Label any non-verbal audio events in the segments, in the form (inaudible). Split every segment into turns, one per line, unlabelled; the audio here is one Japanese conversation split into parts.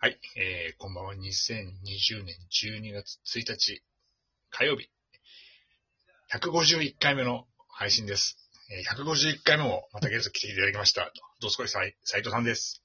はい、えー、こんばんは。2020年12月1日火曜日、151回目の配信です。えー、151回目もまたゲスト来ていただきました。どうすこいさい斉藤さんです。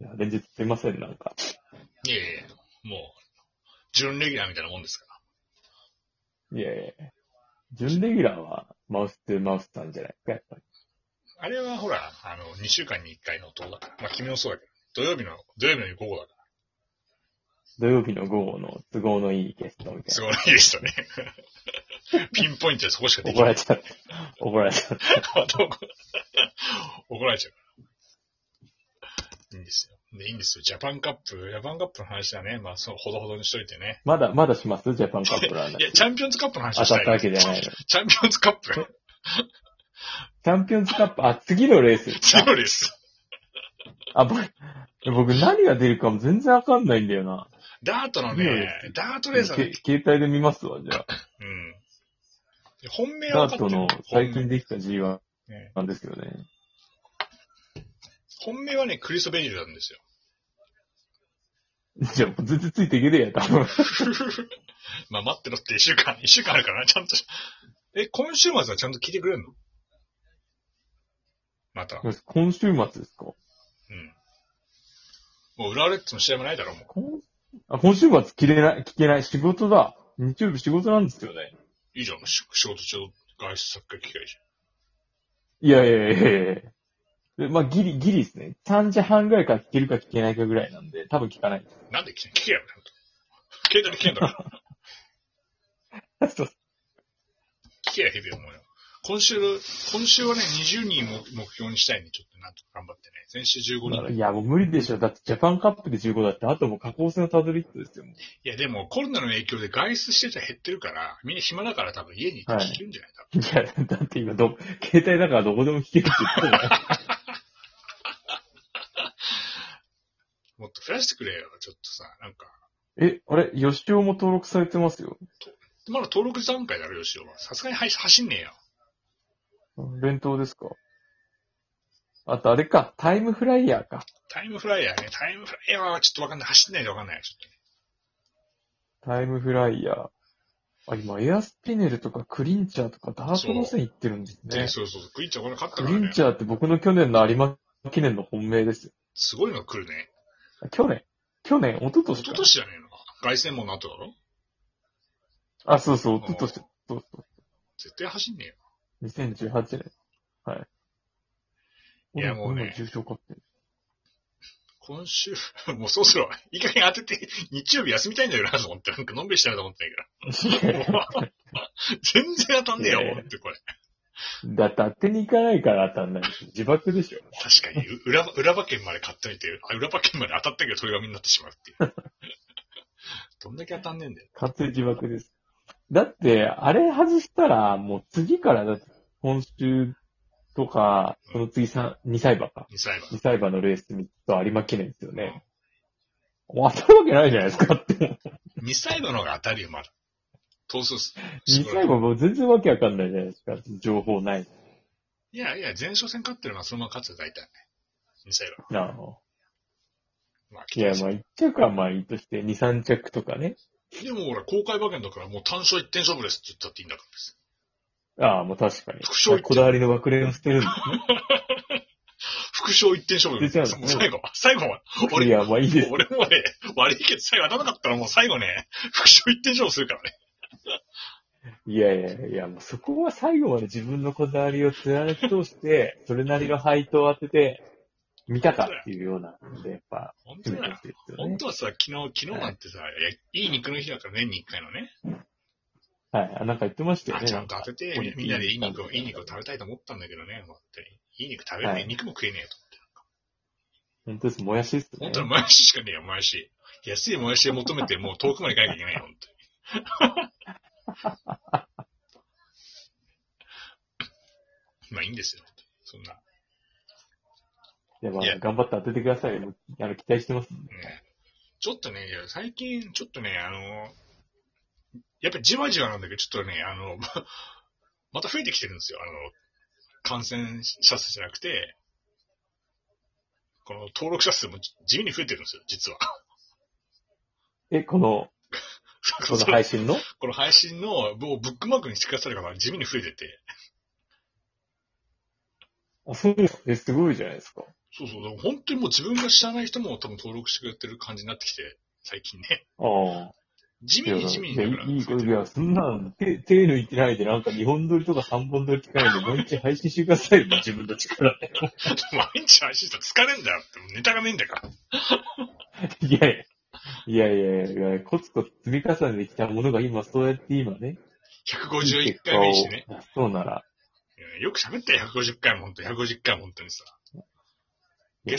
いや、連日すいません、なんか。
いえいえ、もう、準レギュラーみたいなもんですから。
いやいやいや準レギュラーは、マウス2マウスさんじゃないですか、やっぱり。
あれはほら、あの、2週間に1回の音だから。まあ、君もそうだけど、土曜日の、土曜日の午後だから。
土曜日の午後の都合のいいゲストみた
す
い
ごいでしたね。 (laughs) ピンポイントでそこしか
な。
でき
怒
な
ら
い
れ。ちゃった。怒られちゃった。
(laughs) 怒られちゃうから。いいんですよ。で、いいんですよ。ジャパンカップ、ジャパンカップの話だね。まあ、そう、ほどほどにしといてね。
まだ、まだしますジャパンカップラー
いや、
ね。
チャンピオンズカップの話を
当
したた
っ
いな。
たわ
チ
けじゃないの。チ
ャンピオンズカップ
ャンピオンズカップ、あ、次のレース。
強いです。
あ、ぼ僕何が出るかも全然わかんないんだよな。
ダートの
強い
ね
で、
ダートレー
け
スはね
携、帯で見ますわ、じゃあ。
うん。本命は
ダ
分かっ
ート
てる
の
本
最
命
近できた G1
ね
なんですよね。
本命はね、クリス・ベリルなんですよ。 (laughs)
じゃあ、全然ついていけねえや、多
(laughs)
分。
まあ、待ってろって一週間、一週間あるからな、ちゃんとし。え、今週末はちゃんと聞いてくれるのまた。
今週末ですか
うん。もう浦和レッズの試合もないだろ、もう。
今あ今週末聞けない、聞けない。仕事だ。日曜日仕事なんですよね。
いいじゃん、し仕事中、外出作家機会じ
いやいやいやいやいやでまあ、ギリ、ギリですね。3時半ぐらいから聞けるか聞けないかぐらいなんで、多分聞かない。
ゃん。なんで聞けよ、ほんと。携帯で聞けんだから。聞けや、ヘビ思うよ。今週、今週はね、20人目目標にしたいんで、ちょっとなんとか頑張ってね。先週15人。
いや、もう無理でしょ。だってジャパンカップで15だって、あともう下降線のたどりっトですよ。もう
いや、でもコロナの影響で外出してたら減ってるから、みんな暇だから多分家に行って聞けるんじゃない、
いや、だって今ど、携帯だからどこでも聞けるって言ってたじゃ
多
ん
分もっと増やしてくれよ、ちょっとさ、なんか。
え、あれ、吉尾も登録されてますよ。
まだ登録段階だろ、吉尾は。さすがにはい走んねえよ。
弁当ですかあとあれか、タイムフライヤーか。
タイムフライヤーね、タイムフライヤーはちょっとわかんない。走んないでわかんない。ちょっと
タイムフライヤー。あ、今、エアスピネルとかクリンチャーとかダートの線いってるんですね
ね、。そうそうそう。クイーンちゃんこれ勝った
ク
か
リ
ら
ン
ね。
チャーって僕の去年の有馬記念の本命ですよ。
すごいの来るね。
あ去年去年一昨年
一
か
昨年じゃねえの凱旋門の後だろ
あ、そうそう、一昨年。そうそ
絶対走んねえよ。
う。2018年。はい。
いやもうね
俺重症化ってる。
今週、 (laughs) もうそろそろ、いい加減当てて、日曜日休みたいんだよなと思って、なんかのんびりしたいなと思ってんだけど。 (laughs) もう全然当たんねえよ、思って、これ。
だって当てに行かないから当たんないし。自爆でしょ。
確かに、う裏、裏馬券まで買っておいて、あ裏馬券まで当たったけど、鳥紙になってしまうっていう。 (laughs) どんだけ当たんねえんだよ。
完全自爆です。だって、あれ外したら、もう次から、だって、今週とか、その次三2歳馬か。
2歳馬。
リサイバーのレース3つと有馬記念ですよね。もう当たるわけないじゃないですかって。
2歳馬の方が当たるよ、まだ。投数す。
リサイバーもう全然わけわかんないじゃないですか。情報ない。
いやいや、前哨戦勝ってるのはそのまま勝つよ、大体ね。2歳馬。
なあ。
まあ、
いや、まあ1着はまあいいとして、2、3着とかね。
でもほら、公開馬券だからもう単勝1点勝負ですって言ったっていいんだからです。
ああ、もう確かに
副賞言っ。て
こだわりの枠連を捨てるんです
副賞1点勝負です。
出ちゃう
もう最後、最後は、
ね。い
俺、
や、まあいいです。
俺もね、悪いけど最後当たらなかったらもう最後ね、副賞1点勝負するからね。
いやいやいや、もうそこは最後まで自分のこだわりを貫き
(laughs)
通して、それなりの配当を当てて、見たかっていうようなので、やっぱ、
本当
決め
だよ
てほし。いですよね
本。当はさ、昨日、昨日なんてさ、いや、いい肉の日だから年に1回のね、
はい。あ、なんか言ってましたよ
あ
ね。
ちゃんと当てて、みみんなでいい肉を、
いい
い
肉
い肉を食べたいと思ったんだけどね、思って。いい肉食べれな、
はいい
肉も食えねえよと。
本当です。もやしですね。
本当にもやししかねえよ、もやし。安いもやしを求めて、もう遠くまで行かなきゃいけないよ、本当に。まあいいんですよ、そんな。
いや、ま
いや
あ、頑張って当ててください。あの、期待してます。
ね、ちょっとね、いや最近、ちょっとね、あの、やっぱりじわじわなんだけど、ちょっとね、あの、 (laughs) ままた増えてきてるんですよ、あの、感染者数じゃなくて、この登録者数も地味に増えてるんですよ、実は。
え、この、この配信の
この配信のもうブックマークにしてくださる方が地味に増えてて。
あ、そうです。え、すごいじゃないですか。
そうそう。でも本当にもう自分が知らない人も多分登録してくれてる感じになってきて、最近ね。
ああ。
地味
い
に
や
地味に
いや
だから
いい
増えて
い
る。
や、そんなん、手、手抜いてないで、なんか2本撮りとか3本撮り聞かないで、毎日配信してくださいよ、自分の力で。
毎日配信したら疲れんだよって、もうネタがねえんだから。
いやいや、いやいやいや、コツコツ積み重ねてきたものが今、そうやって今ね、いい
151
結
回
果を
目
出
にしてね。
しそうなら、
うんよく喋ったよ、150回も本当に、150回も本当にさ。
いや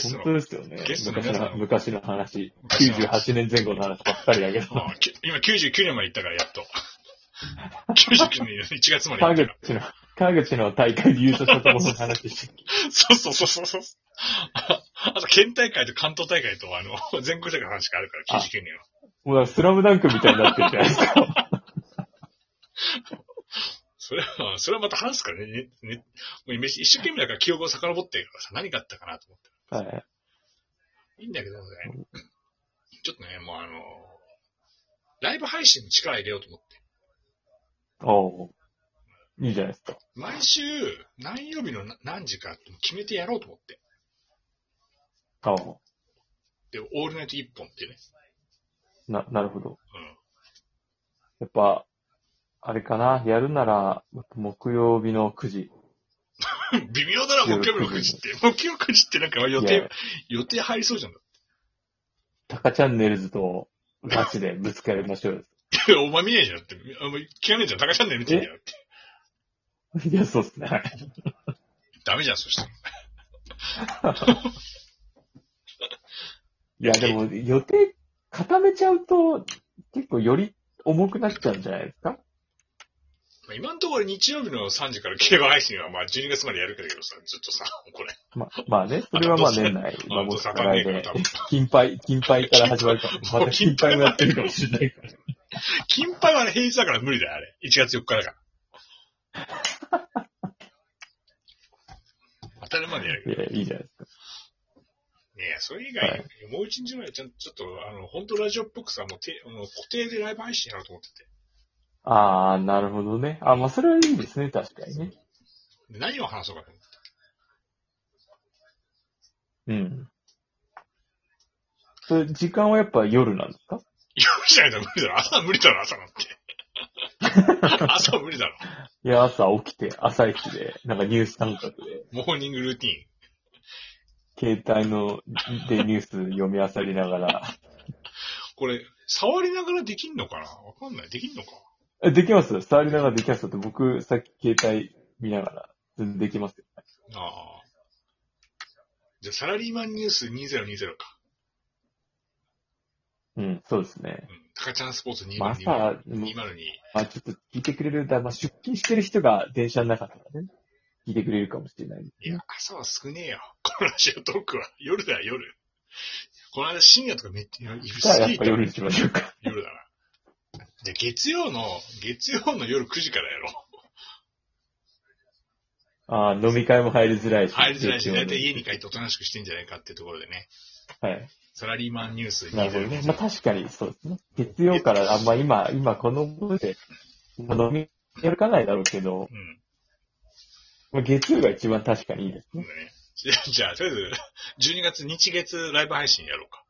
ゲストの
本当ですよね。
ゲストの
昔
皆さん
の昔の話、
昔の話
98年前後の話ばっかりだけど、
まあき今99年まで行ったから、やっと。99年1月まで行
川
った
口
か
の、川口の大会で優勝した友の話して、
ら。そうそうそうそうそう。ああと、県大会と関東大会と、あの、全国大会の話があるから、
あ
99年は。
もうなんかスラムダンクみたいになってるじゃない
(laughs)
ですか。
それは、 (laughs) それはまた話すからね。ねねもうイメージ一生懸命だから記憶を遡ってるからさ、何があったかなと思って。
はい。
いいんだけどね。ちょっとね、もうあの、ライブ配信の力入れようと思って。
おういいじゃないですか。
毎週、何曜日のな何時かって決めてやろうと思って。
ああ、
で、オールナイト一本ってね。
な、なるほど。
うん。
やっぱ、あれかな、やるなら、木曜日の9時。
(laughs) 微妙だな、木曜日の9時
(laughs)
って。木曜9時ってなんか予
いや
定、予定入りそうじゃん。 (laughs)
タカチャンネルズとガチでぶつかりましょうよ。
いやお前見ねえじゃんって。あんま聞かねえじゃん。高チャンネル見てんじゃんって。
(laughs) いや、そうっすね。はい
ダメじゃん、そしたら。
いや、でも予定固めちゃうと、結構より重くなっちゃうんじゃないですか
まあ今のところ日曜日の3時から競馬配信はまあ12月までやるけどさ、ずっとさ、 (laughs) これ。
ままあね、それはまあ年内、まあもう
さ
か
か
な
ねえ
い
から
で
多、分。
金牌、金牌から始まるかも。また金牌もやってるかもしれないから。
金牌はね、平日だから無理だよ、あれ。1月4日だ
(laughs)
から。当たり前でやるけど。
いや、いいじゃないですか。
ねえ、それ以
は
外、もう一日ぐらいちゃんちょっと、あの、本当ラジオっぽくさ、もうてあの固定でライブ配信やろうと思ってて。
(laughs) ああ、なるほどね。あまあそれはいいですね、確かにね。
で何を話そうか
(laughs)
と思って。
うん。それ時間はやっぱ夜なんですか
夜じゃないと無理だろ。朝は無理だろ、朝
(laughs)
なんて。朝は無理だろ。
いや、朝起きて、朝一で、なんかニュース感覚で、
モーニングルーティーン。
携帯の、でニュース読み漁りながら。 (laughs)
これ、触りながらできんのかなわかんない。できんのか
え、できます触りながらできますだって僕、さっき携帯見ながら、全然できますよ。
ああ。じゃあ、サラリーマンニュース2020か。
うん、そうですね
う。ん。タカちゃんスポーツ2020。
まあ朝、うん
202。
まあちょっと聞いてくれるだ、まあ出勤してる人が電車の中とからね、聞いてくれるかもしれない。
いや、朝は少ねえよ。このラジオトークは。夜だよ、夜。この間深夜とかめっちゃ、昼
じゃあ
過
やっ
ぎ
ぱ
た。
夜にしましょ
(laughs)
うか。
夜だな。じゃあ、月曜の、月曜の夜9時からやろう。
ああ、飲み会も入りづらいし。
入りづらいし、だいたい家に帰
っ
っておとなしくしてんじゃないかっていうところでね。
て。はい。
サラリーマンニュース
なるほどね。
2020
まあ確かにそうですね。月曜から、あんま今、今この分で、まあ飲み歩かないだろうけど、
うん。
まあ、月曜が一番確かにいいです
そう
ね。
だね。じゃあじゃあ、とりあえず、12月、日月ライブ配信やろうか。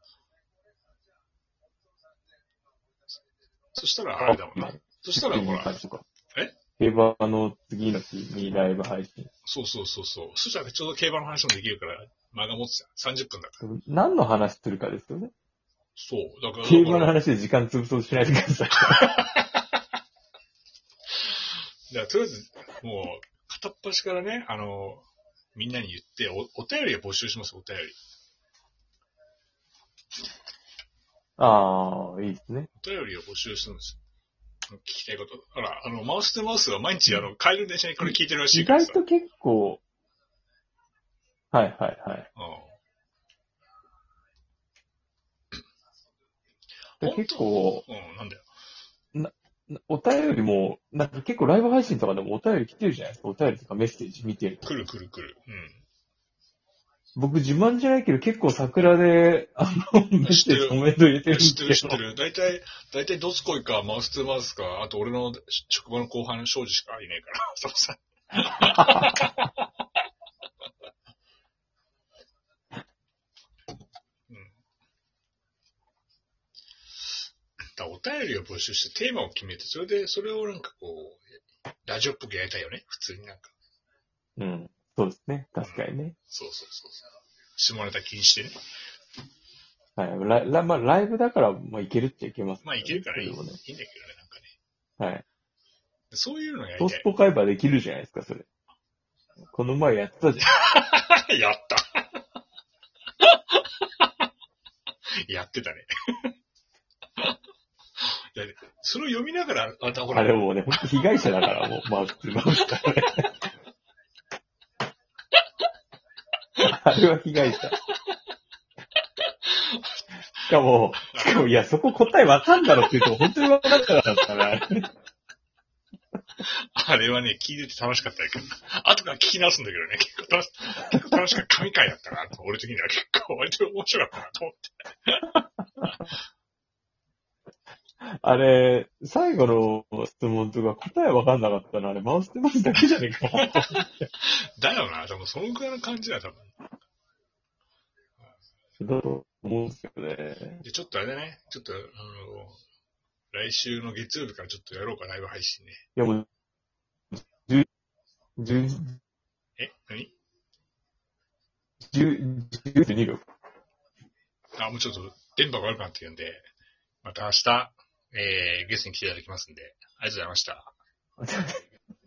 そしたら、あれだもんな。そしたら、ほら、え
競馬の次の日にライブ配信。
そうそうそうそう。そしたら、ちょうど競馬の話もできるから、間が持つじゃん。30分だから。
何の話するかですよね。
そう。だから、
競馬の
だか
話で時間潰そうとしないでください。
らとりあえず、もう、片っ端からね、あの、みんなに言って、お、お便りを募集します、お便り。
(laughs) ああ、いいですね。
お便りを募集するんですよ。聞きたいこと。ほら、あの、マウスとマウスは毎日、あの、帰る電車にこれ聞いてるらし
意
いから
外
さ。
と結構、はいはいはい。
うん。
で結構、
うん、なんだよ。
お便りも、なんか結構ライブ配信とかでもお便り来てるじゃないですか。お便りとかメッセージ見てると。
来る来る来る。うん。
僕自慢じゃないけど、結構桜で、あの、メッセージコメント入れてるんで
知
す
ってる知っ
け
て
ど。
る。大体、大体どつこいか、マウス2マウスか、あと俺の職場の後輩の庄司しかいないから、 (laughs) そうさ。うんだからお便りを募集してテーマを決めて、それで、それをなんかこう、ラジオっぽくやりたいよね。普通になんか。
うん。そうですね。確かにね。
そうそうそうそう。下ネタ気にしてね。
はい。ララまあ、ライブだから、まあ、いけるっちゃいけます、
まあいけるからいい,、
それもね
いいんだけどね、なんかね。
はい。
そういうのやり
ト
た
スポ買えばできるじゃないですか、それ。この前やってたじ
い。 (laughs) やった。やってたね。 (laughs) いやそれを読みながら、あ、だほ
ゃん。
ら、
あれもうね、ほんと被害者だから、もう、マウス、マウスからね。あれは被害者。しかも、しかも、いや、そこ答えわかんだろって言っても、本当にわかんなかったから、あれ
あれはね、聞いてて楽しかったけど、後から聞き直すんだけどね、結構楽し結構楽しかった。神回だったな、俺的には結構、割と面白かったなと思って。
あれ、最後の質問とか答えわかんなかったの、あれ、マウスってマウスだけじゃねえか。
だよな、多分そのくらいの感じだよ、多分。
だと思うんですけどね。
で、ちょっとあれだね、ちょっと、あの、来週の月曜日からちょっとやろうか、ライブ配信ね。
いや、もう、十、十、
え何
十、十十二秒。
あ、もうちょっと電波が悪くなってるんで、また明日、えー、ゲストに来ていただきますんで、ありがとうございました。